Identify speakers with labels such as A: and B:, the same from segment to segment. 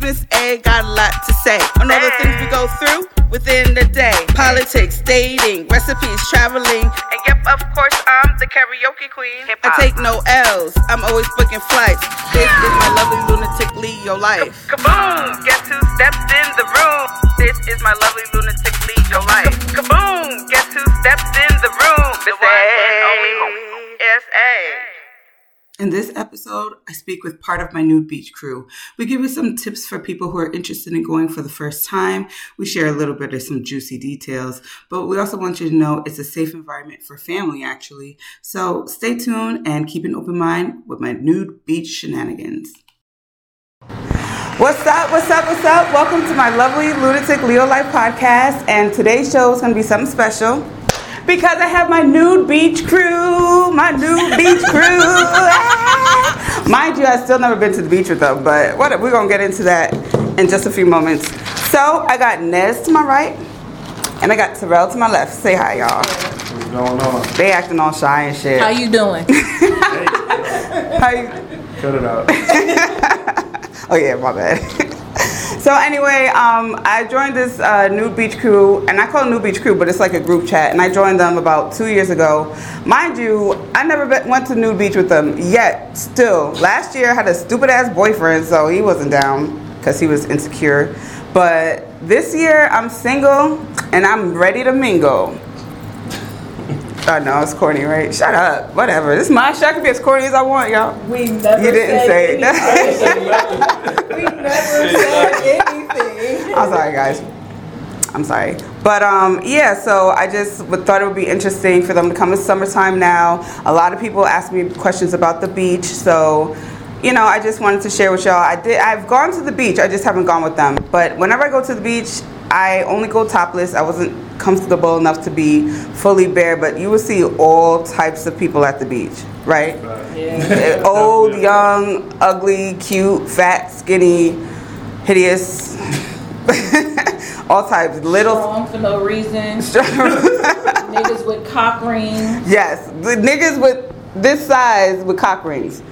A: Miss A got a lot to say on all the things we go through within the day politics, dating, recipes, traveling. And yep, of course, I'm the karaoke queen. I take no L's, I'm always booking flights. This is my lovely lunatic Leo life. Kaboom! Guess who stepped in the room? This is my lovely lunatic Leo life. Kaboom! Guess who stepped in the room? Miss A. S A. In this episode, I speak with part of my new beach crew. We give you some tips for people who are interested in going for the first time. We share a little bit of some juicy details, but we also want you to know it's a safe environment for family, actually. So stay tuned and keep an open mind with my nude beach shenanigans. What's up? What's up? What's up? Welcome to my lovely Lunatic Leo Life podcast. And today's show is going to be something special because I have my nude beach crew. My nude beach crew. Ah! Mind you, I've still never been to the beach with them, but what, we're going to get into that in just a few moments. So I got Nez to my right, and I got Terrell to my left. Say hi, y'all.
B: What's going on?
A: They acting all shy and shit.
C: How you doing?
A: How you-
B: Cut it out.
A: Oh yeah, my bad. so anyway, um, I joined this uh, new beach crew, and I call it new beach crew, but it's like a group chat, and I joined them about two years ago. Mind you, I never been, went to nude beach with them yet. Still, last year I had a stupid ass boyfriend, so he wasn't down because he was insecure. But this year I'm single and I'm ready to mingle. I know it's corny, right? Shut up. Whatever. This is my show. I can be as corny as I want, y'all.
C: We never
A: You didn't say
C: anything.
A: that.
C: We never said anything.
A: I'm sorry, guys. I'm sorry. But um, yeah, so I just would, thought it would be interesting for them to come in summertime now. A lot of people ask me questions about the beach, so you know, I just wanted to share with y'all. I did. I've gone to the beach. I just haven't gone with them. But whenever I go to the beach, I only go topless. I wasn't comfortable enough to be fully bare, but you will see all types of people at the beach, right? Uh, old, young, ugly, cute, fat, skinny, hideous, all types. Little,
C: Wrong for no reason. Niggas with cock rings.
A: yes, the niggas with this size with cock rings.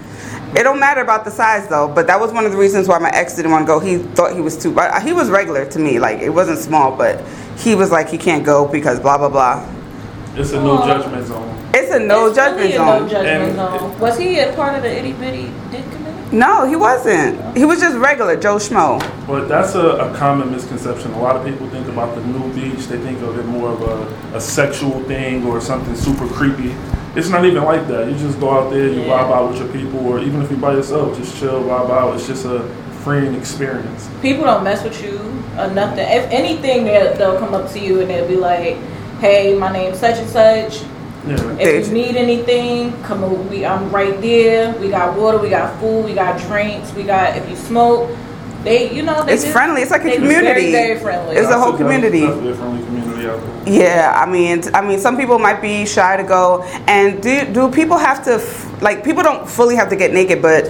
A: It don't matter about the size though, but that was one of the reasons why my ex didn't want to go. He thought he was too. I- He was regular to me, like it wasn't small, but he was like he can't go because blah blah blah.
B: It's a no judgment zone.
A: It's a no
C: It's
A: judgment
C: really a
A: zone.
C: No judgment
B: And-
C: zone. Was he a part of the itty bitty dick committee?
A: no, he wasn't. He was just regular Joe Schmo.
B: But that's a, a common misconception. A lot of people think about the new beach, they think of it more of a, a sexual thing or something super creepy. It's not even like that. You just go out there, you
C: Yeah.
B: vibe out with your people, or even if you're by yourself, just chill, vibe out. It's just a freeing experience.
C: People don't mess with you or nothing. If anything, they'll, they'll come up to you and they'll be like, "Hey, my name's such and such.
B: Yeah.
C: If
A: Bitch.
C: you need anything, come on. We, I'm right there. We got water. We got food. We got drinks. We got. If you smoke, they, you know, they
A: It's
C: just-
A: friendly. It's like a
C: they just
A: community.
C: Very, very friendly.
A: It's a whole community.
B: Definitely a friendly community out there.
A: Yeah, I mean, I mean, some people might be shy to go. And do do people have to f- like people don't fully have to get naked, but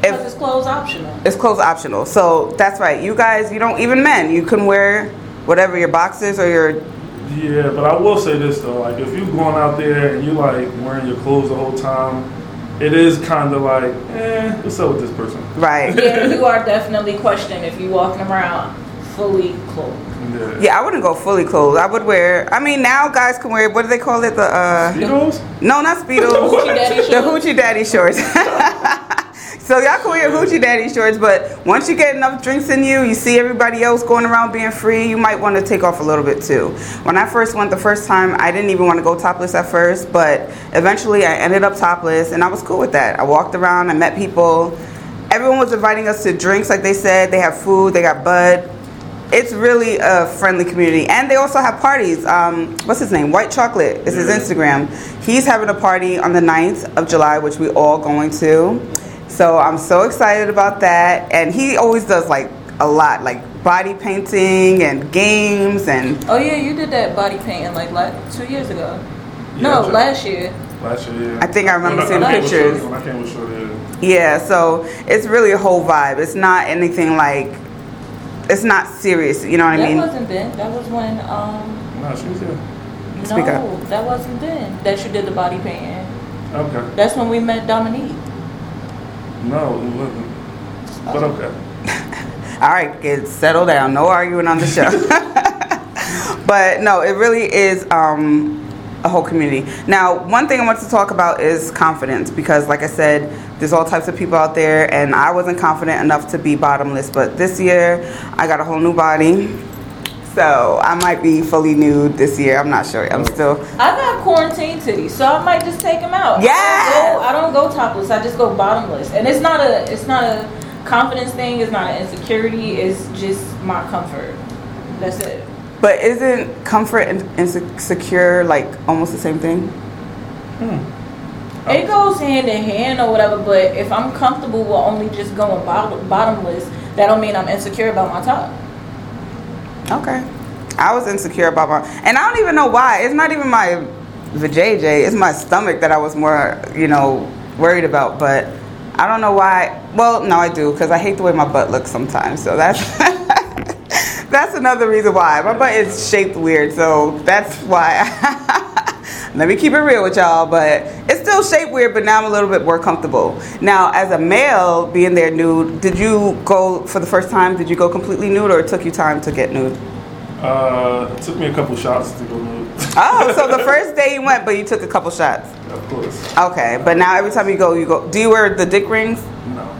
C: Because
A: if
C: it's clothes optional.
A: it's clothes optional, so that's right. You guys, you don't even men, you can wear whatever your boxes or your
B: Yeah, but I will say this though, like if you going out there and you like wearing your clothes the whole time, it is kind of like, eh, what's up with this person?
A: right.
C: yeah, you are definitely questioned if you walking around fully clothed.
B: Yeah.
A: Yeah, I wouldn't go fully clothed. I would wear. I mean, now guys can wear. What do they call it? The uh,
B: Speedos?
A: no, not speedos.
C: Hoochie daddy
A: the
C: shorts.
A: hoochie daddy shorts. so y'all can wear hoochie daddy shorts, but once you get enough drinks in you, you see everybody else going around being free, you might want to take off a little bit too. When I first went the first time, I didn't even want to go topless at first, but eventually I ended up topless and I was cool with that. I walked around, I met people. Everyone was inviting us to drinks, like they said. They have food, they got bud. It's really a friendly community. And they also have parties. Um, what's his name? White Chocolate is his
B: Yeah.
A: Instagram. Instagram. He's having a party on the 9th of July, which we all going to. So I'm so excited about that. And he always does like a lot, like body painting and games and
C: Oh yeah, you did that body painting like last, two years ago.
B: Yeah,
C: no,
B: Jack.
C: last year.
B: Last year, yeah.
A: I think I remember
B: When
A: seeing
B: I came with
A: pictures.
B: Shorty- When I came with Shorty, yeah.
A: yeah, so it's really a whole vibe. It's not anything like it's not serious, you know what I
C: that
A: mean?
C: wasn't then. That was when um
B: Nah, she was here.
A: Speak
C: no, that wasn't then. That you did the body painting.
B: Okay.
C: That's when we met Dominique.
B: No, it wasn't. But okay.
A: All right, kids, settle down. No arguing on the show. but no, it really is um, a whole community. Now, one thing I want to talk about is confidence because, like I said, there's all types of people out there, and I wasn't confident enough to be bottomless. But this year, I got a whole new body. So I might be fully nude this year. I'm not sure. I'm still
C: I got quarantine titties, so I might just take them out.
A: Yes!
C: I don't, go, I don't go topless. I just go bottomless, and it's not a it's not a confidence thing. It's not an insecurity. It's just my comfort. That's it.
A: But isn't comfort and, and se- secure like almost the same thing?
C: It goes hand in hand or whatever. But if I'm comfortable with only just going bottom, bottomless, that don't mean I'm insecure about my top.
A: Okay. I was insecure about my, and I don't even know why. It's not even my vajayjay. It's my stomach that I was more, you know, worried about. But I don't know why. Well, no, I do because I hate the way my butt looks sometimes. So that's that's another reason why my butt is shaped weird. So that's why. Let me keep it real with y'all, but it's still shape weird, but now I'm a little bit more comfortable. Now, as a male being there nude, did you go for the first time? Did you go completely nude, or it took you time to get nude?
B: Uh, it took me a couple shots to go nude.
A: Oh, so the first day you went, but you took a couple shots.
B: of course,
A: Okay, but now every time you go, you go. Do you wear the dick rings?
B: no.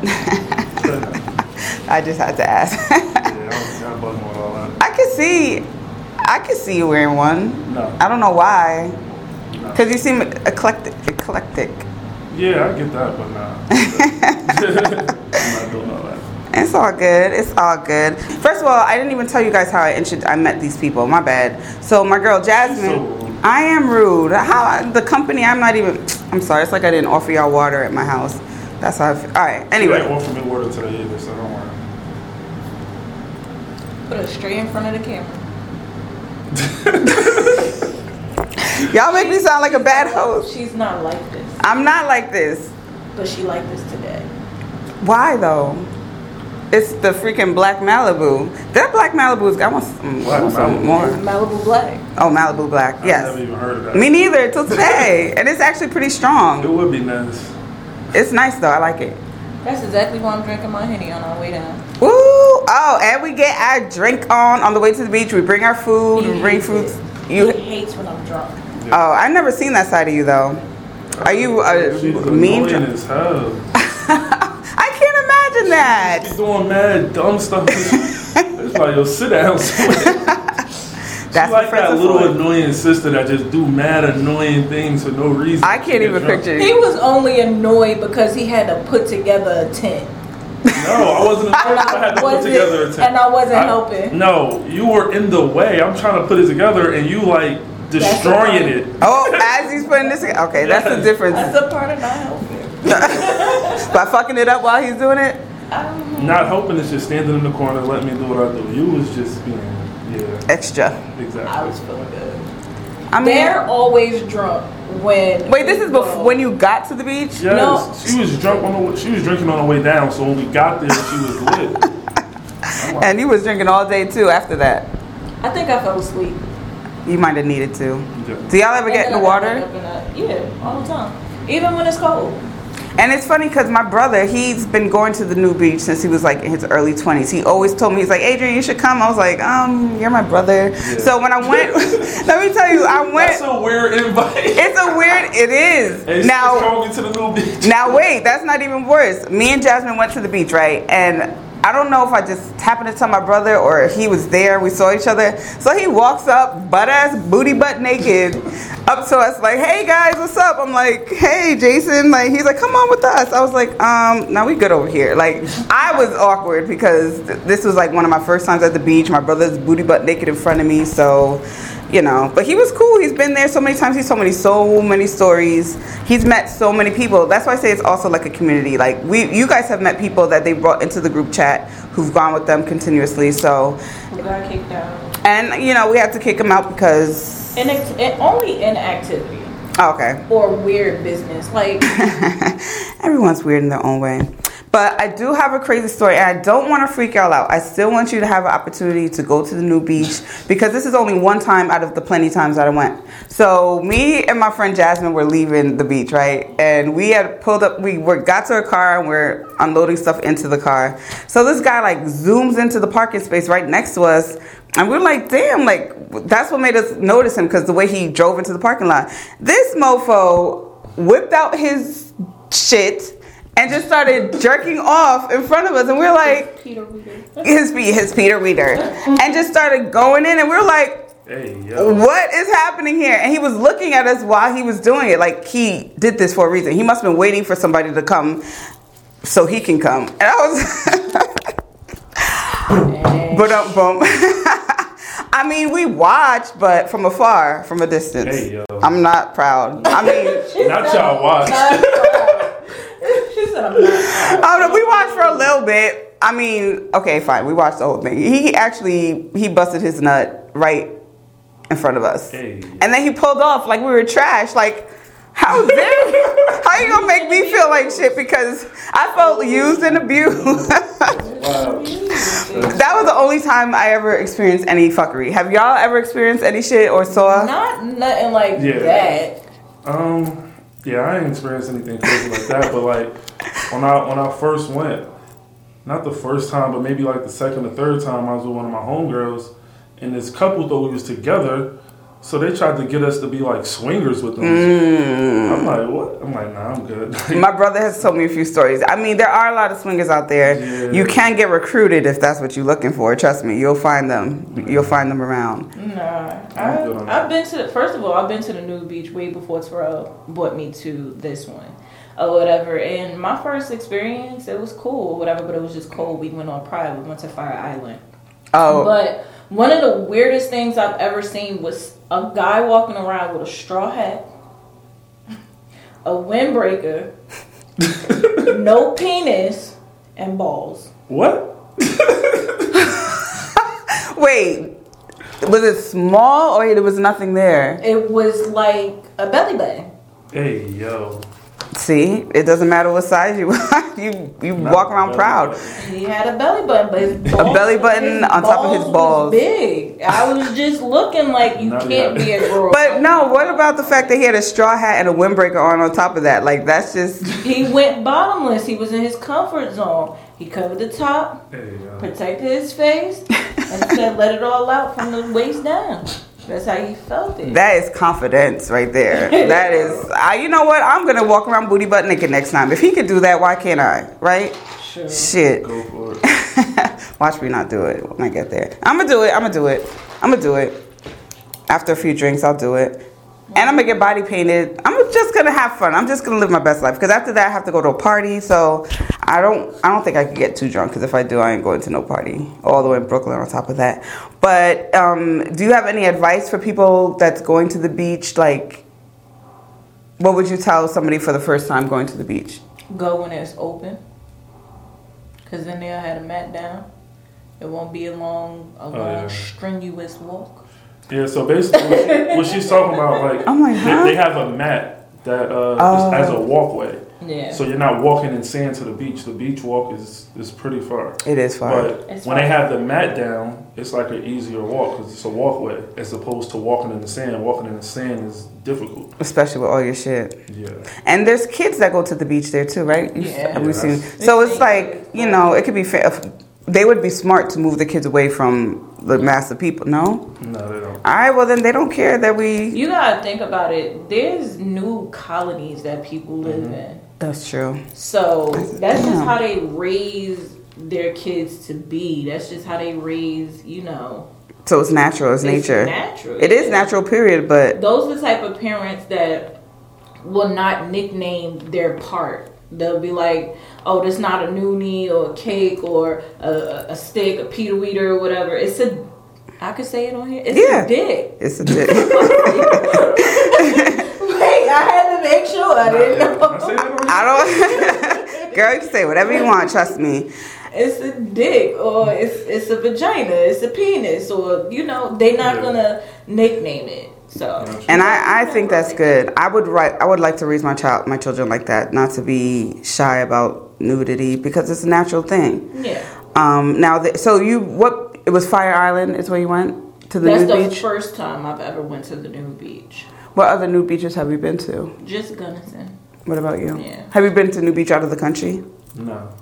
A: I just had to ask.
B: yeah, I'm, I'm bugging with all that.
A: I could see, I could see you wearing one.
B: No.
A: I don't know why,
B: no.
A: because you seem eclectic. Eclectic.
B: Yeah, I get that, but nah. I'm not doing all that.
A: It's all good. It's all good. First of all, I didn't even tell you guys how I intro- I met these people. My bad. So my girl
B: So
A: Jasmine.
B: rude.
A: I am rude. How I- the company? I'm not even. I'm sorry. It's like I didn't offer y'all water at my house. That's how. I feel. All right.
B: Anyway,
A: Anyway.
B: they offered me water today either, so don't worry.
C: Put it straight in front of the camera.
A: Y'all make me sound like a bad host.
C: She's not like this,
A: I'm not like this.
C: but she like this today.
A: Why though? It's the freaking black Malibu. That black Malibu is. I want some, I want some
B: Malibu.
A: more.
C: Malibu black.
A: Oh, Malibu black.
B: I never
A: Yes.
B: even heard of that.
A: Me neither till today, and it's actually pretty
B: It
A: strong.
B: would be nice.
A: It's nice though. I like it.
C: That's exactly why I'm drinking my henny on our way down.
A: Woo! Oh, and we get our drink on on the way to the beach. We bring our food.
C: He
A: We bring
C: hates
A: fruits.
B: Mm-hmm.
C: it.
A: You.
C: he hates when I'm drunk.
A: Oh, I've never seen that side of you though. Are you a
B: She's
A: mean?
B: annoying
A: dr-
B: as hell.
A: I can't imagine that.
B: She's doing mad dumb stuff. it's like, yo, sit down. That's
A: That's
B: like
A: the friends
B: that
A: of
B: little
A: Floyd.
B: annoying sister that just do mad annoying things for no reason.
A: I can't
B: Get
A: even
B: drunk.
A: picture.
C: He was only annoyed because he had to put together a tent.
B: No, I wasn't. I had to put
C: Wasn't-
B: together a tent.
C: and I wasn't
B: I-
C: helping.
B: No, you were in the way. I'm trying to put it together, and you like destroying
C: the
B: it.
A: Oh, as he's putting this. Okay, that's the
B: Yes.
A: difference.
C: That's the part of not helping.
A: By fucking it up while he's doing it.
C: I don't know.
B: Not helping is just standing in the corner, letting me do what I do. You was just being, yeah,
A: Extra.
B: exactly.
C: I was feeling good.
A: I mean,
C: They're always drunk when.
A: wait. This is
C: Well,
A: before when you got to the beach.
B: Yes,
C: No.
B: she was drunk on the, she was drinking on the way down. So when we got there, she was lit. I'm like,
A: And you was drinking all day too. After that,
C: I think I fell asleep.
A: you might have needed to.
B: yeah.
A: Do y'all ever get in the
C: And then I got
A: water?
C: up and I- Yeah, all the time. Even when it's cold.
A: And it's funny because my brother, he's been going to the new beach since he was like in his early 20s. He always told me, he's like, Adrian, you should come. I was like, um, you're my brother. So when I went, let me tell you, I
B: That's
A: went.
B: a weird invite.
A: It's a weird, it is.
B: And she
A: now,
B: was calling me to the little bitch.
A: Now wait, that's not even worse. Me and Jasmine went to the beach, right? And I don't know if I just happened to tell my brother or if he was there. We saw each other. So he walks up, butt ass, booty butt naked, up to us, like, hey guys, what's up? I'm like, hey Jason. Like he's like, come on with us. I was like, um, now we good over here. Like I was awkward because th- this was like one of my first times at the beach. My brother's booty butt naked in front of me, so you know but he was cool he's been there so many times he's told me so many stories he's met so many people that's why i say it's also like a community like we you guys have met people that they brought into the group chat who've gone with them continuously so
C: Who got kicked out.
A: and you know we have to kick them out because
C: And it's it, only inactivity
A: oh, okay
C: or weird business. Like,
A: everyone's weird in their own way But I do have a crazy story, and I don't want to freak y'all out. I still want you to have an opportunity to go to the new beach because this is only one time out of the plenty times that I went. So me and my friend Jasmine were leaving the beach, right? And we had pulled up. We were got to a car and we're unloading stuff into the car. So this guy like zooms into the parking space right next to us. And we're like, damn, like that's what made us notice him because the way he drove into the parking lot. This mofo whipped out his shit and just started jerking off in front of us, and we're like,
C: Peter Weeder.
A: his Pe- his Peter Reader, and just started going in, and we're like.
B: Hey, yo.
A: What is happening here? And he was looking at us while he was doing it. Like he did this for a reason. He must have been waiting for somebody to come so he can come. And I was but up bum. I mean, we watched, but from afar, from a distance.
B: Hey, yo.
A: I'm not proud. I mean,
B: Not y'all watch.
C: she said, I'm not.
A: Oh, no, we watched for a little bit. I mean, okay, fine. We watched the whole thing. He actually he busted his nut right in front of us,
B: Hey.
A: and then he pulled off like we were trash. Like, how dare? how you gonna make me feel like shit because I felt used and abused? that
B: Wow.
A: was the only time I ever experienced any fuckery. Have y'all ever experienced any shit or saw?
C: Not nothing like
B: Yeah.
C: that.
B: Um, yeah, I ain't experienced anything crazy like that, but like when I when I first went, not the first time, but maybe like the second or third time, I was with one of my homegirls, and this couple thought we was together, so they tried to get us to be like swingers with them. I'm like, what? I'm like, nah, I'm good.
A: My brother has told me a few stories. I mean, there are a lot of swingers out there.
B: Yeah.
A: You can get recruited if that's what you're looking for. Trust me, you'll find them. You'll find them around.
C: Nah,
B: I'm good on
C: I,
B: that.
C: I've been to the first of all, I've been to the new beach way before Terrell brought me to this one or whatever. And my first experience, it was cool, whatever, but it was just cold. We went on Pride, we went to Fire Island.
A: Oh,
C: But one of the weirdest things I've ever seen was a guy walking around with a straw hat, a windbreaker, no penis, and balls.
B: what?
A: wait, was it small or there was nothing there?
C: It was like a belly button.
B: Hey, yo.
A: See, it doesn't matter what size you are. you you
B: Not
A: walk around
B: bad.
A: proud.
C: He had a belly button, but his balls,
A: belly button
C: his
A: on top of his
C: was
A: balls.
C: big. I was just looking like you
B: No,
C: can't
B: no.
C: be a girl.
A: But no, what about the fact that he had a straw hat and a windbreaker on on top of that? Like that's just
C: he went bottomless. He was in his comfort zone. He covered the top,
B: Hey, yo.
C: protected his face, and said, "Let it all out from the waist down." That's how he felt it.
A: that is confidence right there. That is, I, you know what? I'm gonna walk around booty butt naked next time. If he could do that, why can't I? Right?
C: sure.
A: Shit.
B: Go for it.
A: Watch me not do it when I get there. I'm gonna do it. I'm gonna do it. I'm gonna do it. After a few drinks, I'll do it. And I'm gonna get body painted. I'm just gonna have fun. I'm just gonna live my best life. Because after that, I have to go to a party. So I don't. I don't think I could get too drunk. Because if I do, I ain't going to no party. All the way in Brooklyn. On top of that, but um, do you have any advice for people that's going to the beach? Like, what would you tell somebody for the first time going to the beach?
C: Go when it's open, because then they'll have a mat down. It won't be a long, a long
B: yeah.
C: strenuous walk.
B: Yeah, so basically, what, she- what she's talking about, like,
A: I'm like, huh?
B: they, they have a mat that uh,
A: Oh.
B: is, as a walkway.
C: Yeah.
B: So you're not walking in sand to the beach. The beach walk is is pretty far.
A: It is fun.
B: But
C: It's
B: when
C: far.
B: they have the mat down, it's like an easier walk 'cause it's a walkway as opposed to walking in the sand. Walking in the sand is difficult.
A: Especially with all your shit.
B: Yeah.
A: And there's kids that go to the beach there too, right? You-
C: Yeah.
A: We've seen.
B: Yeah.
A: So it's like you know, it could be. Fa- if- they would be smart to move the kids away from the mass of people. No.
B: No, they don't.
A: All right. Well, then they don't care that we.
C: You gotta think about it. There's new colonies that people live in.
A: That's true.
C: So that's just
A: Mm-hmm. Damn.
C: how they raise their kids to be. That's just how they raise, you know,
A: So it's natural. It's,
C: it's
A: nature.
C: natural.
A: It is
C: Yeah.
A: natural. Period. But
C: Those are the type of parents that will not nickname their part. They'll be like, "Oh, that's not a noonie or a cake or a, a steak, a pita weeder or whatever." It's a, I could say it on here. It's
A: Yeah.
C: a dick.
A: it's a dick.
C: Like, I had to make sure I didn't know.
B: I say that already?
A: I don't. Girl, you can say whatever you want. Trust me.
C: it's a dick or it's it's a vagina, it's a penis, or you know, they not
B: Yeah.
C: gonna nickname it. So
A: And I, I think that's good. I would write, I would like to raise my child, my children like that, not to be shy about nudity because it's a natural thing.
C: Yeah.
A: Um, now, th- so you what? It was Fire Island. Is where you went to the
C: That's
A: nude
C: the
A: beach.
C: first time I've ever went to the new beach.
A: What other nude beaches have you been to?
C: Just Gunnison.
A: What about you?
C: Yeah.
A: Have you been to New Beach out of the country?
B: No.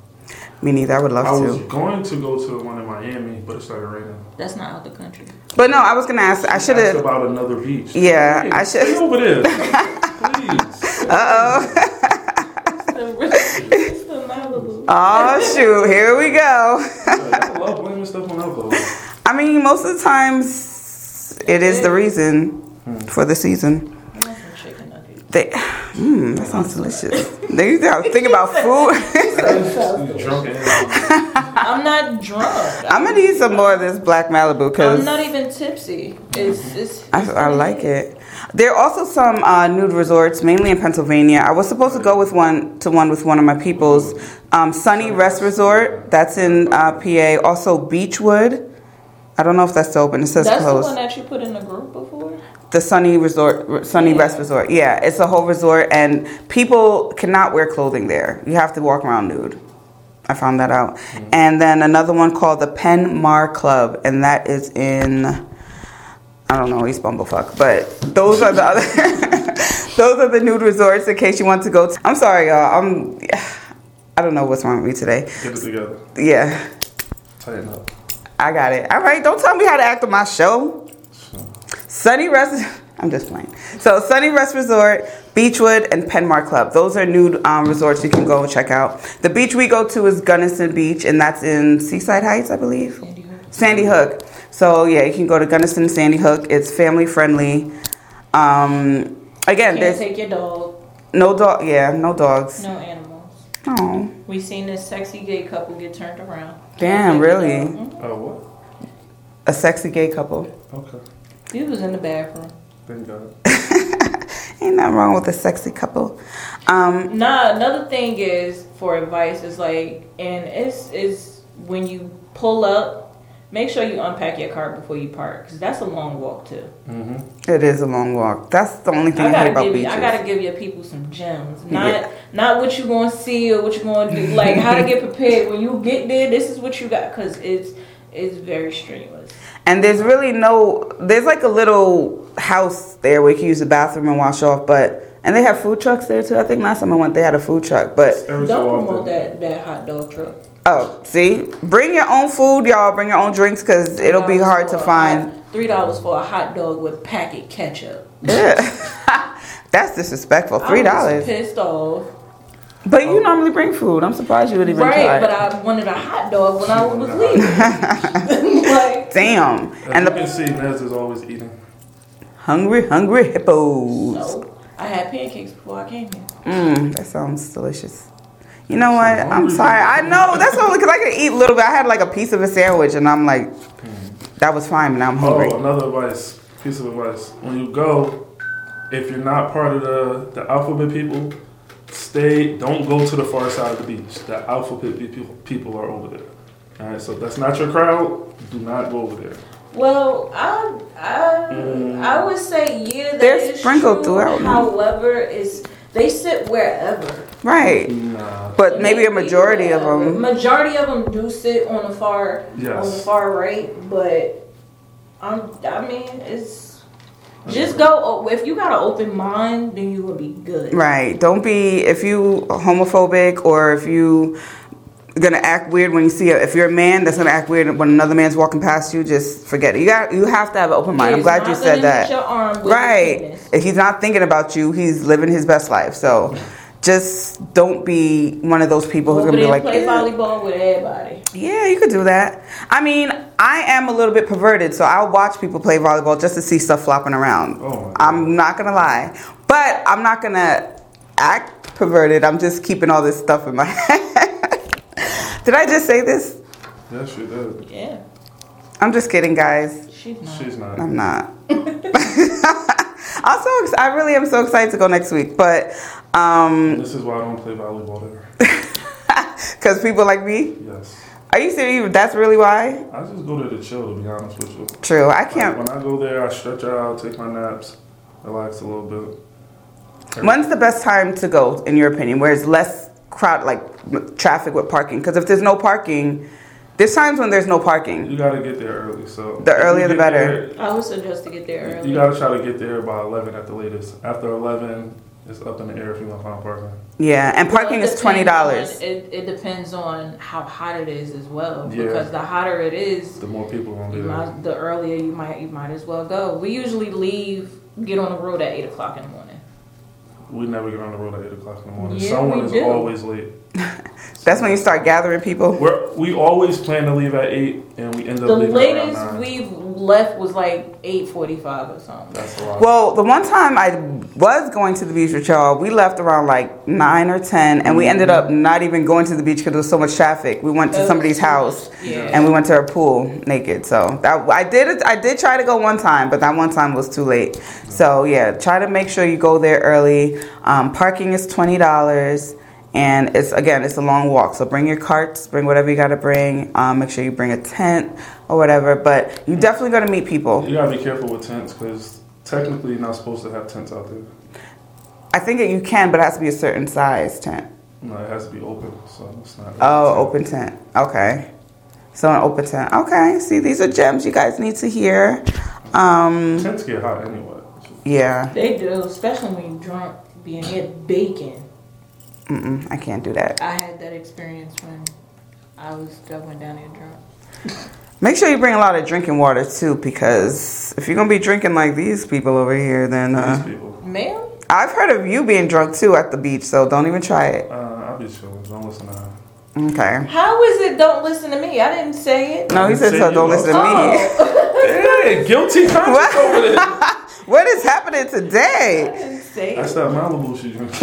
A: Me neither. I would love
B: I was
A: to.
B: going to go to the one in Miami, but it started raining.
C: That's not out the country.
A: But no, I was gonna ask. I should have.
B: Ask about another beach.
A: Yeah,
B: Hey,
A: I should-
B: Stay over there. Please.
C: It's the, it's the Malibu.
A: Oh shoot! Here we go.
B: I love blaming stuff on alcohol.
A: I mean, most of the times it is the reason
B: Hmm.
A: for the season.
C: I want some chicken nuggets.
A: They, mm, that sounds delicious. They used to have- think about food.
B: Just Drunk and
C: I'm not drunk.
A: I'm gonna need some more of this black Malibu
C: I'm
A: because
C: not even tipsy. It's it's.
A: I, I like it. There are also some uh, nude resorts, mainly in Pennsylvania. I was supposed to go with one to one with one of my peoples, um, Sunny Rest Resort. That's in uh, PA. Also Beechwood. I don't know if that's still open. It says
C: That's the
A: closed.
C: one that you put in the group before.
A: the Sunny Resort, Sunny
C: Yeah.
A: Rest Resort. Yeah, it's a whole resort, and people cannot wear clothing there. You have to walk around nude. I found that out. And then another one called the Penmar Club, and that is in I don't know East Bumblefuck, but those are the other those are the nude resorts in case you want to go. To. I'm sorry, y'all. I'm I don't know what's wrong with me today.
B: get it together.
A: Yeah,
B: Tighten up.
A: I got it. All right, don't tell me how to act on my show.
B: So, uh,
A: Sunny Rest. I'm just playing. So Sunny Rest Resort, Beachwood, and Penmar Club. Those are nude um, resorts you can go and check out. The beach we go to is Gunnison Beach, and that's in Seaside Heights, I believe.
C: Sandy Hook.
A: Sandy Hook. So yeah, you can go to Gunnison Sandy Hook. It's family friendly. Um, again,
C: Can't
A: there's
C: take your dog.
A: no dog. Yeah, no dogs.
C: No animals.
A: Oh,
C: We seen this sexy gay couple get turned around. Mm-hmm. Can't
A: damn,
C: take your dog.
A: really?
B: oh
A: A sexy gay couple.
B: what? Okay.
C: He was in the bathroom.
B: Thank God.
A: Ain't nothing wrong with a sexy couple. Um,
C: Nah, another thing is for advice is like, and it's is when you pull up, make sure you unpack your car before you park, cause that's a long walk too.
B: Mm-hmm.
A: it is a long walk. That's the only thing I,
C: I
A: hate
C: gotta
A: about
C: give you,
A: beaches.
C: I gotta give your people some gems, not
A: Yeah.
C: not what you gonna see or what you gonna do, like how to get prepared when you get there. This is what you got, cause it's it's very strenuous.
A: And there's really no, there's like a little house there where you can use the bathroom and wash off, but, and they have food trucks there too. I think last time I went, they had a food truck, but,
B: Every so
C: Don't promote
B: often.
C: that that hot dog truck.
A: oh, see? Bring your own food, y'all. Bring your own drinks because it'll be hard to
C: $3 for a
A: find.
C: hot- Three dollars for a hot dog with packet ketchup.
A: Yeah. That's disrespectful.
C: I was
A: Three dollars.
C: Pissed off.
A: But you normally bring food. I'm surprised you would even
C: Right,
A: try.
C: but
A: it.
C: I wanted a hot dog when I was leaving. like,
A: Damn.
B: And
A: And the
B: you can see Nez is always eating.
A: hungry, hungry hippos.
C: no, I had pancakes before I came here.
A: Mmm, that sounds delicious. You know what? I'm sorry. I know that's only because I could eat a little bit. I had like a piece of a sandwich, and I'm like, that was fine, but now I'm hungry.
B: Oh, another advice, piece of advice. When you go, if you're not part of the, the alphabet people, stay, don't go to the far side of the beach. The alphabet pe- people, people are over there. All right, so if that's not your crowd, do not go over there.
C: Well, I, I, I would say yeah, that
A: They're
C: is
A: sprinkled
C: true.
A: throughout, no?
C: However, is they sit wherever.
A: Right,
B: Nah.
A: but maybe a majority of
C: wherever.
A: them.
C: Majority of them do sit on the far, on the
B: Yes.
C: far right. But I'm, I mean, it's just go. If you got an open mind, then you will be good.
A: Right. Don't be if you homophobic or if you gonna act weird when you see a, if you're a man that's gonna act weird when another man's walking past you. Just forget it. You got you have to have an open mind. I'm
C: It's
A: glad
C: not
A: you
C: gonna
A: said
C: hit
A: that.
C: your arm with your
A: Right.
C: penis.
A: If he's not thinking about you, he's living his best life. So just don't be one of those people who's
C: Over
A: going to be
C: there
A: like,
C: and play
A: "Eh,
C: volleyball with everybody.
A: yeah, you could do that. I mean, I am a little bit perverted, so I'll watch people play volleyball just to see stuff flopping around.
B: Oh my God.
A: I'm not going to lie. But I'm not going to act perverted. I'm just keeping all this stuff in my head. Did I just say this?
B: Yes, she did.
C: Yeah,
A: I'm just kidding, guys.
C: she's not.
B: She's not.
A: I'm not. I'm so ex- I really am so excited to go next week, but um,
B: This is why I don't play volleyball there.
A: Because people like me.
B: Yes.
A: Are you serious? That's really why?
B: I just go there to chill, to be honest with you.
A: True. I
B: Like,
A: can't.
B: when I go there, I stretch out, take my naps, relax a little bit.
A: When's the best time to go, in your opinion? Where it's less crowd like traffic with parking. Because if there's no parking, there's times when there's no parking.
B: You gotta get there early. So
A: The earlier the
B: You get
A: better.
C: I would suggest to get there
B: there-
C: early.
B: you gotta try to get there by eleven at the latest. After eleven, it's up in the air if you want to find parking.
A: Yeah, and
C: Well, it
A: parking is
C: depends
A: twenty dollars.
C: on- It, it depends on how hot it is as well.
B: Yeah.
C: Because the hotter it is,
B: The more people gonna be
C: you
B: there.
C: might, the earlier you might you might as well go. We usually leave, get on the road at eight o'clock in the morning.
B: We never get on the road at eight o'clock in the morning.
C: Yeah,
B: Someone
C: we
B: is
C: do.
B: always late.
A: That's when you start gathering people.
B: We're, we always plan to leave at eight, and we end up
C: The
B: leaving around
C: latest
B: nine.
C: we've left was like eight forty-five or something.
B: That's a lot.
A: Well, the one time I was going to the beach with y'all, we left around like nine or ten, and we ended up not even going to the beach because there was so much traffic. We went
C: That
A: to
C: was
A: somebody's
C: too much.
A: house,
C: Yeah.
A: and we went to her pool naked. So that I did, I did try to go one time, but that one time was too late. So yeah, try to make sure you go there early. Um, parking is twenty dollars. And it's again, it's a long walk. So bring your carts, bring whatever you gotta bring. Um, make sure you bring a tent or whatever. But you're definitely gonna meet people.
B: you gotta be careful with tents because technically you're not supposed to have tents out there.
A: I think that you can, but it has to be a certain size tent.
B: No, it has to be open, so it's not.
A: Oh, open tent. Okay. So an open tent. Okay. See, these are gems you guys need to hear. Um,
B: Tents get hot anyway.
A: yeah.
C: They do, especially when you're drunk, being here baking.
A: Mm-mm, I can't do that.
C: I had that experience when I was I went down here drunk.
A: Make sure you bring a lot of drinking water too, because if you're gonna be drinking like these people over here, then
B: These
A: uh,
B: people,
C: Ma'am,
A: I've heard of you being drunk too at the beach. So don't even try it.
B: uh, I'll be chilling. Don't listen to her.
A: Okay.
C: how is it? Don't listen to me. I didn't say it.
A: No, he said so. Don't listen to me.
B: Hey, guilty conscience
A: What?
B: over there.
A: What is happening today?
C: I didn't say it.
B: That's that Malibu she drinking.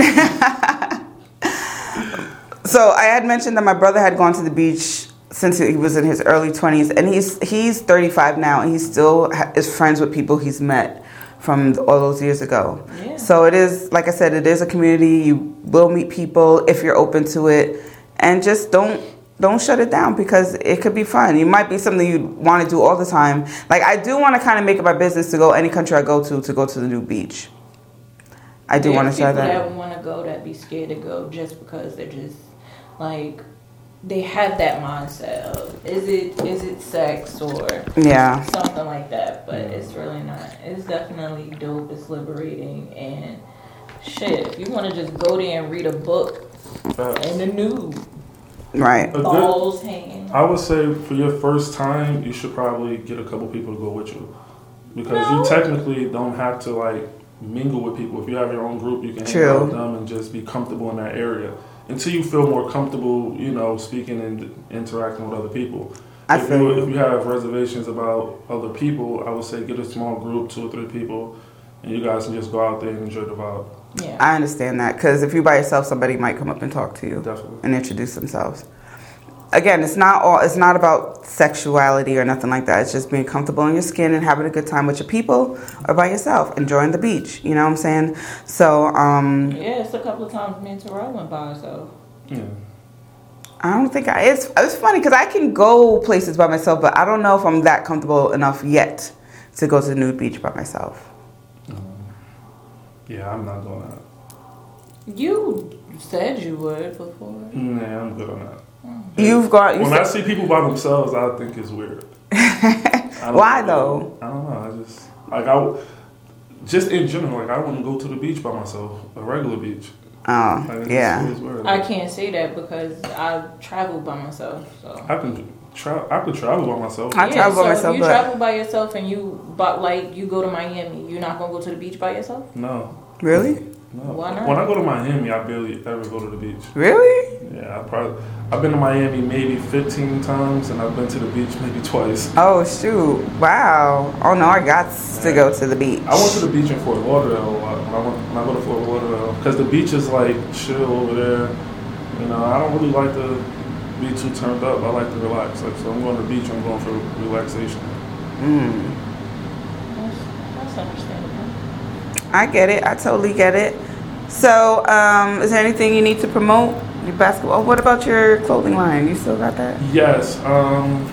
A: So I had mentioned that my brother had gone to the beach since he was in his early 20s, and he's he's 35 now, and he still ha- is friends with people he's met from all those years ago.
C: Yeah.
A: So it is, like I said, it is a community. You will meet people if you're open to it, and just don't don't shut it down because it could be fun. It might be something you want to do all the time. Like I do want to kind of make it my business to go any country I go to to go to the new beach. I do
C: There's
A: want to try
C: people
A: that.
C: that want to go that be scared to go just because they're just like they have that mindset of is it is it sex or
A: Yeah.
C: something like that, but it's really not. It's definitely dope. It's liberating and shit. If you want to just go there and read a book
B: Facts.
C: and the nude
A: Right.
B: A good,
C: balls hanging.
B: I would say for your first time, you should probably get a couple people to go with you because
C: No.
B: you technically don't have to like mingle with people. If you have your own group, you can hang
A: True.
B: out with them and just be comfortable in that area until you feel more comfortable, you know, speaking and interacting with other people.
A: I
B: if
A: feel
B: you
A: you.
B: if you have reservations about other people, I would say get a small group, two or three people, and you guys can just go out there and enjoy the vibe.
C: Yeah.
A: I understand that because if you're by yourself, somebody might come up and talk to you
B: Definitely.
A: and introduce themselves. Again, it's not all. It's not about sexuality or nothing like that. It's just being comfortable in your skin and having a good time with your people or by yourself, enjoying the beach. You know what I'm saying? So um,
C: Yeah, it's a couple of times me and Terrell went by ourselves.
B: Yeah.
A: I don't think I. It's it's funny because I can go places by myself, but I don't know if I'm that comfortable enough yet to go to the nude beach by myself.
B: Yeah, I'm not doing that.
C: You said you would before.
B: Nah, I'm good on that.
A: You've got. Oh, You
B: When
A: said-
B: I see people by themselves, I think it's weird. I don't
A: Why,
B: know. I don't know. I just like I w- just in general, like I wouldn't go to the beach by myself, a regular beach. Like,
A: oh
B: it's
A: yeah.
B: always weird.
C: I can't say that because I travel by myself. So
B: I can travel. I could travel by myself.
A: I travel by
C: so
A: myself,
C: If you
A: but-
C: travel by yourself and you, but like you go to Miami, you're not gonna go to the beach by yourself.
B: No,
A: Really?
B: no.
C: Why not?
B: When I go to Miami, I barely ever go to the beach.
A: Really?
B: Yeah, I probably I've been to Miami maybe 15 times, and I've been to the beach maybe twice.
A: Oh shoot! Wow! Oh no, I got to go to the beach.
B: I went to the beach in Fort Lauderdale a lot when I, went, when I go to Fort Lauderdale because the beach is like chill over there. You know, I don't really like to be too turned up. I like to relax. Like, so I'm going to the beach. I'm going for relaxation.
A: Mm.
C: That's, that's understandable.
A: I get it. I totally get it. So, um, is there anything you need to promote? Your basketball. What about your clothing line? You still got that?
B: Yes, um,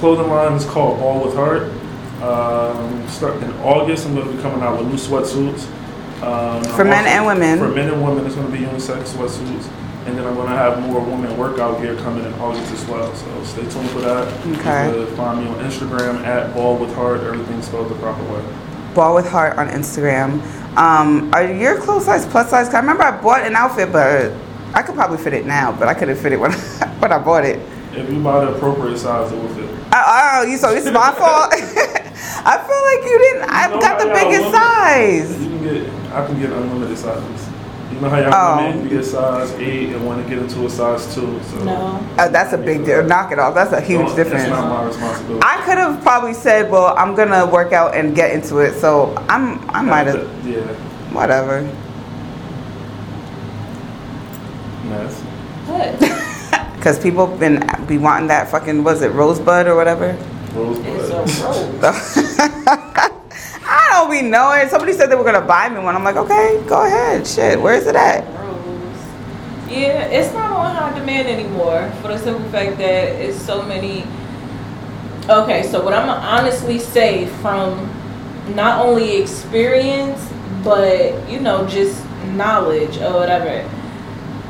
B: clothing line is called All with Heart. Um, start in August. I'm going to be coming out with new sweatsuits. Um,
A: For
B: I'm
A: men
B: also-
A: and women.
B: For men and women, it's going to be unisex sweatsuits. And then I'm going to have more women workout gear coming in August as well. So stay tuned for that.
A: Okay.
B: You can find me on Instagram at Ball with Heart. Everything spelled the proper way.
A: Ball with Heart on Instagram. Um, are your clothes size plus size? 'Cause I remember I bought an outfit, but I could probably fit it now, but I couldn't fit it when when I bought it.
B: If you buy the appropriate size, it will fit.
A: Oh, oh you so it's my fault. I feel like you didn't. I
B: You know
A: got the
B: how y'all
A: biggest
B: women-
A: size.
B: You can get. I can get unlimited sizes. You know how y'all
A: Oh.
B: women you get size eight and want to get into a size two. So
C: No.
A: Oh, that's a big deal. Knock it off. That's a huge
B: Don't- That's not
A: difference.
B: my responsibility.
A: I could have probably said, "Well, I'm gonna work out and get into it," so I'm. I might have.
B: Yeah.
A: Whatever.
B: Nice.
C: What?
A: Cause people been be wanting that fucking was it rosebud or whatever.
C: It's
B: Rosebud.
C: a road.
A: I don't be knowing. Somebody said they were gonna buy me one. I'm like, okay, go ahead. Shit, where is it at?
C: rules. Yeah, it's not on high demand anymore for the simple fact that it's so many. Okay, so what I'm gonna honestly say from not only experience but you know just knowledge or whatever.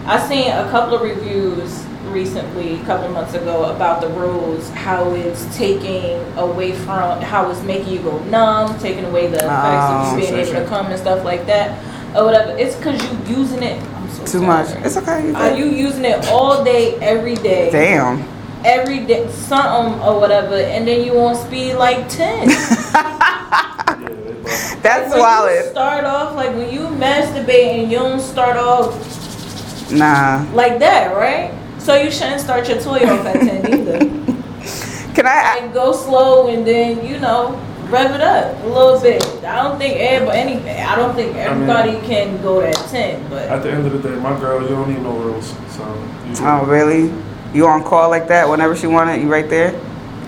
C: I seen a couple of reviews recently, a couple of months ago, about the rules, how it's taking away from, how it's making you go numb, taking away the effects
A: Oh.
C: of you being able to come and stuff like that, or whatever. It's because you using it I'm so
A: Too
C: sorry.
A: much. It's okay. You
C: Are
A: good.
C: you using it all day, every day,
A: Damn.
C: every day, something or whatever, and then you on speed like ten?
B: Yeah, they buy-
A: That's
C: When You
A: wild.
C: start off like when you masturbate and you don't start off
A: Nah.
C: like that, right? So you shouldn't start your toy off at ten either.
A: Can I?
C: Like go slow and then you know rev it up a little bit. I don't think everybody, any, I don't think everybody can go at ten, but
B: At the end of the day, my girl, you don't need no rules. So. You
A: Oh really? You on call like that whenever she want it? You right there?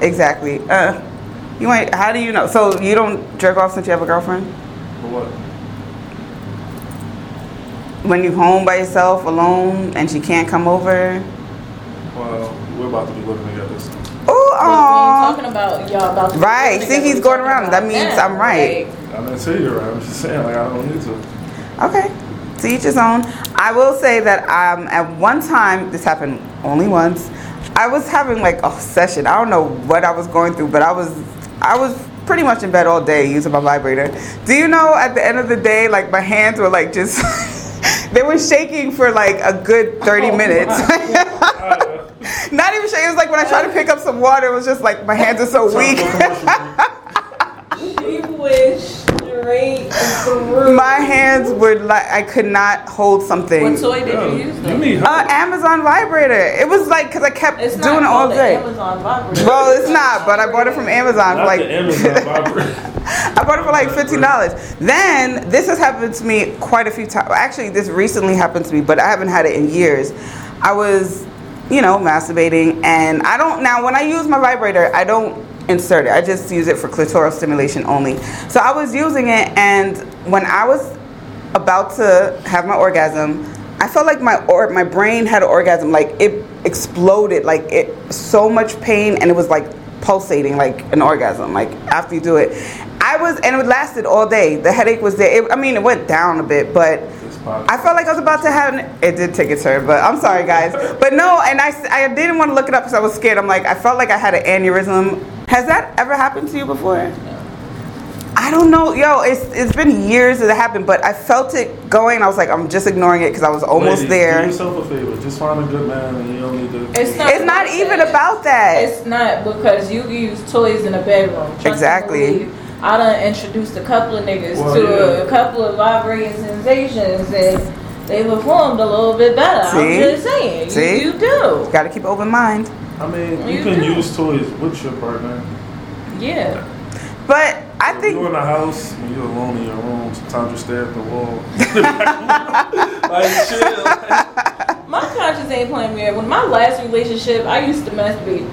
A: Exactly. Uh, you ain't. How do you know? So you don't jerk off since you have a girlfriend?
B: For what?
A: When you home by yourself, alone, and she can't come over?
B: Well, we're about to be living together. so-
A: Oh,
C: we ain't
A: aw.
C: talking about y'all about to
A: Right. See, he's going around. That
C: About
A: means
C: them,
A: I'm right.
C: like,
B: I didn't say you're right. I'm just saying, like, I don't need to.
A: Okay. To each his own. I will say that um, at one time, this happened only once. I was having like a session. I don't know what I was going through, but I was, I was pretty much in bed all day using my vibrator. Do you know? At the end of the day, like my hands were like just, they were shaking for like a good thirty
C: Oh,
A: minutes.
B: Uh,
A: Not even shaking. It was like when I tried to pick up some water, it was just like my hands are so
B: sorry
A: weak.
B: for commercial break.
C: She was straight through.
A: my hands were like I could not hold something.
C: What toy did
B: Yo,
C: you use?
B: you
C: Though?
B: need
A: Uh,
B: help.
A: Amazon vibrator. It was like because I kept
C: it's not
A: doing it all
C: called an
A: day.
C: Amazon vibrator.
A: Well, it's not, but I bought it from Amazon.
B: Not
A: for like
B: the Amazon vibrator.
A: I bought it for like fifteen dollars. Then this has happened to me quite a few times. Actually, this recently happened to me, but I haven't had it in years. I was, you know, masturbating, and I don't now when I use my vibrator, I don't insert it. I just use it for clitoral stimulation only. So I was using it, and when I was about to have my orgasm, I felt like my or my brain had an orgasm. Like it exploded. Like it so much pain, and it was like pulsating, like an orgasm. Like after you do it, I was, and it lasted all day. The headache was there. It, I mean, it went down a bit, but.
B: This podcast.
A: I felt like I was about to have. An, it did take a turn, but I'm sorry, guys. But no, and I, s- I didn't want to look it up because I was scared. I'm like, I felt like I had an aneurysm. Has that ever happened to you before? I don't know, yo. It's it's been years that it happened, but I felt it going. I was like, I'm just ignoring it because I was almost
B: Ladies,
A: there.
B: Do yourself a favor. Just find a good man, and you don't need to.
C: It's not-
A: It's not even about that.
C: It's not because you can use toys in the bedroom. Trust and
A: Exactly.
C: believe. I done introduced a couple of niggas
B: Well,
C: to
B: yeah.
C: a couple of vibrating sensations and they performed a little bit better.
A: See?
C: I'm just saying. You-
A: See?
C: You, do.
A: Got to keep open mind.
B: I mean, you,
C: You
B: can
C: do.
B: use toys with your partner.
C: Yeah.
A: But I
B: If you're
A: think
B: in the house and you're alone in your room, sometimes you stare at the wall. like chill.
C: My conscience ain't playing me. When my last relationship, I used to masturbate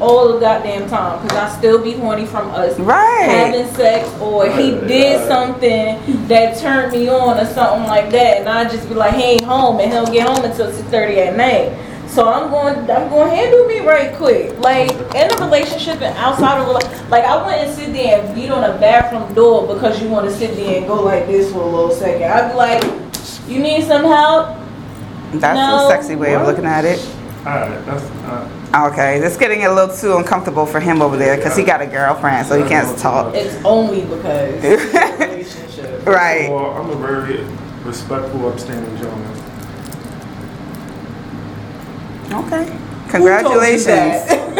C: all the goddamn time because I still be horny from us
A: Right.
C: having sex or he
B: Right,
C: did
B: right.
C: something that turned me on or something like that, and I just be like, he ain't home and he'll get home until six thirty at night. So I'm going, I'm going handle me right quick, like in a relationship and outside of rela- like I wouldn't sit there and beat on a bathroom door because you want to sit there and go like this for a little second. I'd be like, you need some help?
A: That's
C: No.
A: a sexy way of
B: What?
A: looking at it.
B: Alright, that's uh,
A: Okay, it's getting a little too uncomfortable for him over there because he got a girlfriend, so he can't talk.
C: It's only because it's a relationship.
A: Right.
B: well, I'm a very respectful, upstanding gentleman.
A: Okay.
C: Who told you
A: Congratulations. His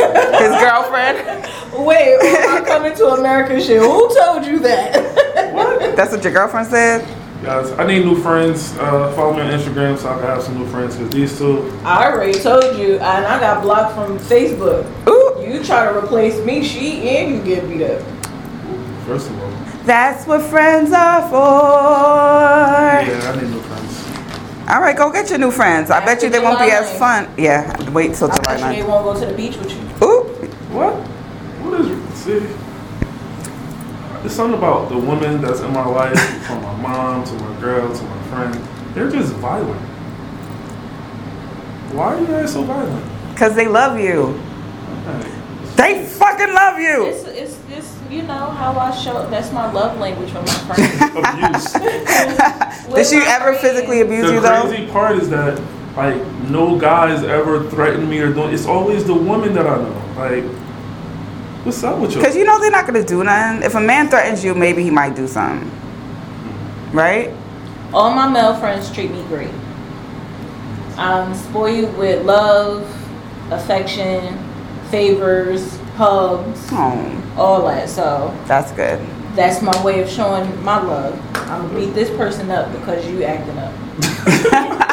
C: that?
A: girlfriend.
C: Wait, on my coming to America shit. Who told you that?
B: What?
A: That's what your girlfriend said.
B: Guys, I need new friends. Uh, follow me on Instagram so I can have some new friends because these two
C: I already told you, and I got blocked from Facebook.
A: Ooh.
C: You try to replace me, she and you get beat up.
B: First of all,
A: That's what friends are for.
B: yeah, I need new friends.
A: All right, go get your new friends. I bet you they won't be
C: July
A: as fun. Yeah, wait till
C: I
A: July
C: bet you
A: 9th.
C: they won't go to the beach with you.
A: Ooh,
B: What? What is see? It's something about the women that's in my life, from my mom to my girl to my friend. They're just violent. Why are you guys so violent?
A: because they love you.
B: Like,
A: They fucking love you.
C: It's, it's, it's, you know, how I show, that's my love language with my friends.
B: abuse.
A: Did she ever physically abuse you,
B: the
A: though?
B: crazy part is that like no guys ever threatened me or don't. It's always the woman that I know. Like, what's up with you?
A: Because you know they're not going to do nothing. If a man threatens you, maybe he might do something. Right?
C: All my male friends treat me great. I'm spoiled with love, affection, favors, hugs,
A: Oh,
C: all that. So
A: that's good.
C: that's my way of showing my love. I'm gonna beat this person up because you acting up.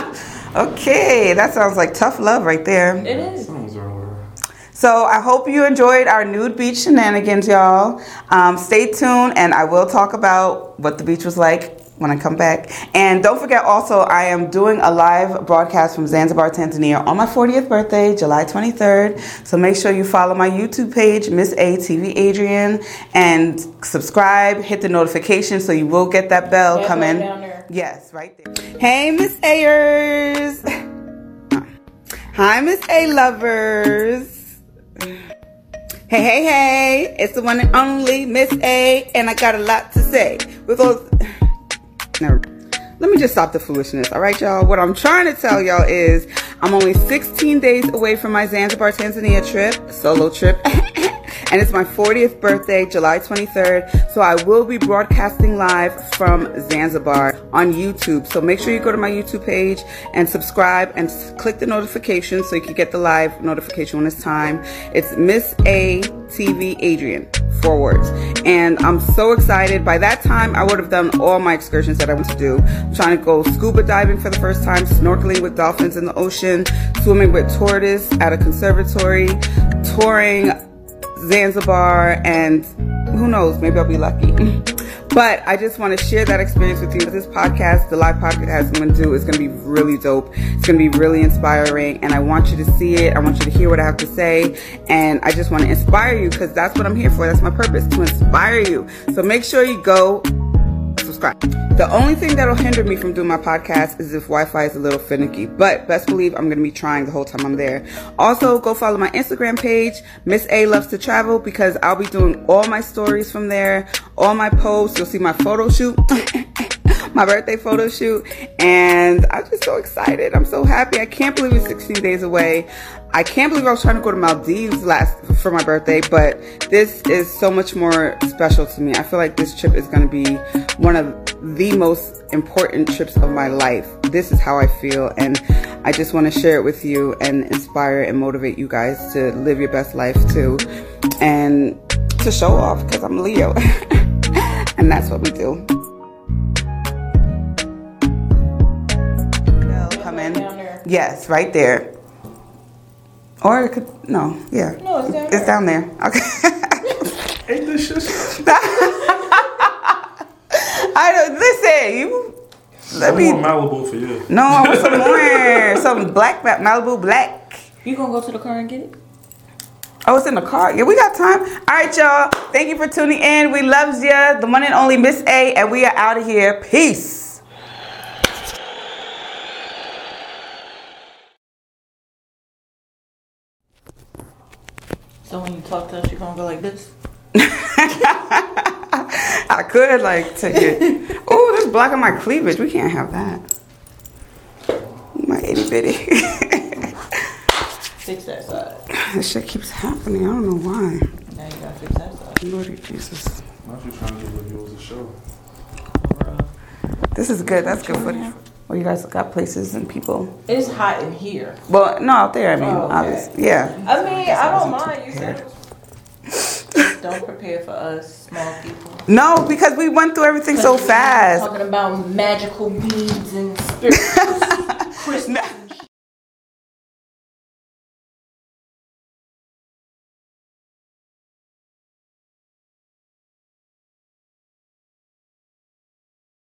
A: Okay, that sounds like tough love right there.
C: It is.
B: Something's wrong with her.
A: So I hope you enjoyed our nude beach shenanigans, y'all. Um, stay tuned, and I will talk about what the beach was like when I come back. And don't forget, also, I am doing a live broadcast from Zanzibar, Tanzania, on my 40th birthday, July 23rd. So make sure you follow my YouTube page, Miss A TV Adrian, and subscribe. Hit the notification so you will get that bell
C: Yeah,
A: coming.
C: right down there.
A: Yes, right there. Hey, Miss Ayers. Hi, Miss A lovers. Hey, hey, hey. It's the one and only Miss A, and I got a lot to say. With all. No. Let me just stop the foolishness, all right, y'all? What I'm trying to tell y'all is I'm only 16 days away from my Zanzibar, Tanzania trip, solo trip. and it's my 40th birthday, July 23rd. So I will be broadcasting live from Zanzibar on YouTube. So make sure you go to my YouTube page and subscribe and s- click the notification so you can get the live notification when it's time. It's Miss A TV Adrian forwards. And I'm so excited. By that time, I would have done all my excursions that I want to do. I'm trying to go scuba diving for the first time, snorkeling with dolphins in the ocean, swimming with tortoise at a conservatory, touring Zanzibar, and who knows, maybe I'll be lucky. But I just want to share that experience with you. This podcast, the live podcast I'm going to do, is going to be really dope. It's going to be really inspiring. And I want you to see it. I want you to hear what I have to say. And I just want to inspire you because that's what I'm here for. That's my purpose to inspire you. So make sure you go subscribe. The only thing that'll hinder me from doing my podcast is if Wi-Fi is a little finicky, but best believe I'm gonna be trying the whole time I'm there. Also, go follow my Instagram page, Miss A Loves to Travel, because I'll be doing all my stories from there, all my posts. You'll see my photo shoot. My birthday photo shoot, and I'm just so excited. I'm so happy. I can't believe it's 16 days away. I can't believe I was trying to go to Maldives last for my birthday, but this is so much more special to me. I feel like this trip is going to be one of the most important trips of my life. This is how I feel, and I just want to share it with you and inspire and motivate you guys to live your best life too, and to show off because I'm Leo, and that's what we do. Come in.
C: Down there.
A: Yes, right there. Or it could no, yeah.
C: No, it's down
A: It's
C: there.
A: down there. Okay.
B: Ain't this shit?
A: I don't listen. You let
B: I'm
A: me.
B: more Malibu for you.
A: No, I want some more. Some black Ma- Malibu black.
C: You gonna go to the car and get it?
A: Oh, it's in the car. Yeah, we got time. All right, y'all. Thank you for tuning in. We loves ya. The one and only Miss A, and we are out of here. Peace.
C: So when you talk to us, you gonna go like this?
A: I could like take it. oh, that's blocking my cleavage. We can't have that. My 80 bitty.
C: Fix that side.
A: this shit keeps happening. I don't know why.
C: Now you gotta fix that side.
A: Lordy Jesus.
B: Not you trying to do reviews of the show.
C: Bruh.
A: This is good. That's good footage. Well, you guys got places and people.
C: It's hot in here.
A: Well, no, out there. I mean,
C: Oh, okay.
A: obviously, yeah.
C: I mean, I don't mind. You said Just don't prepare for us small people.
A: No, because we went through everything so fast.
C: Talking about magical beads and spirits.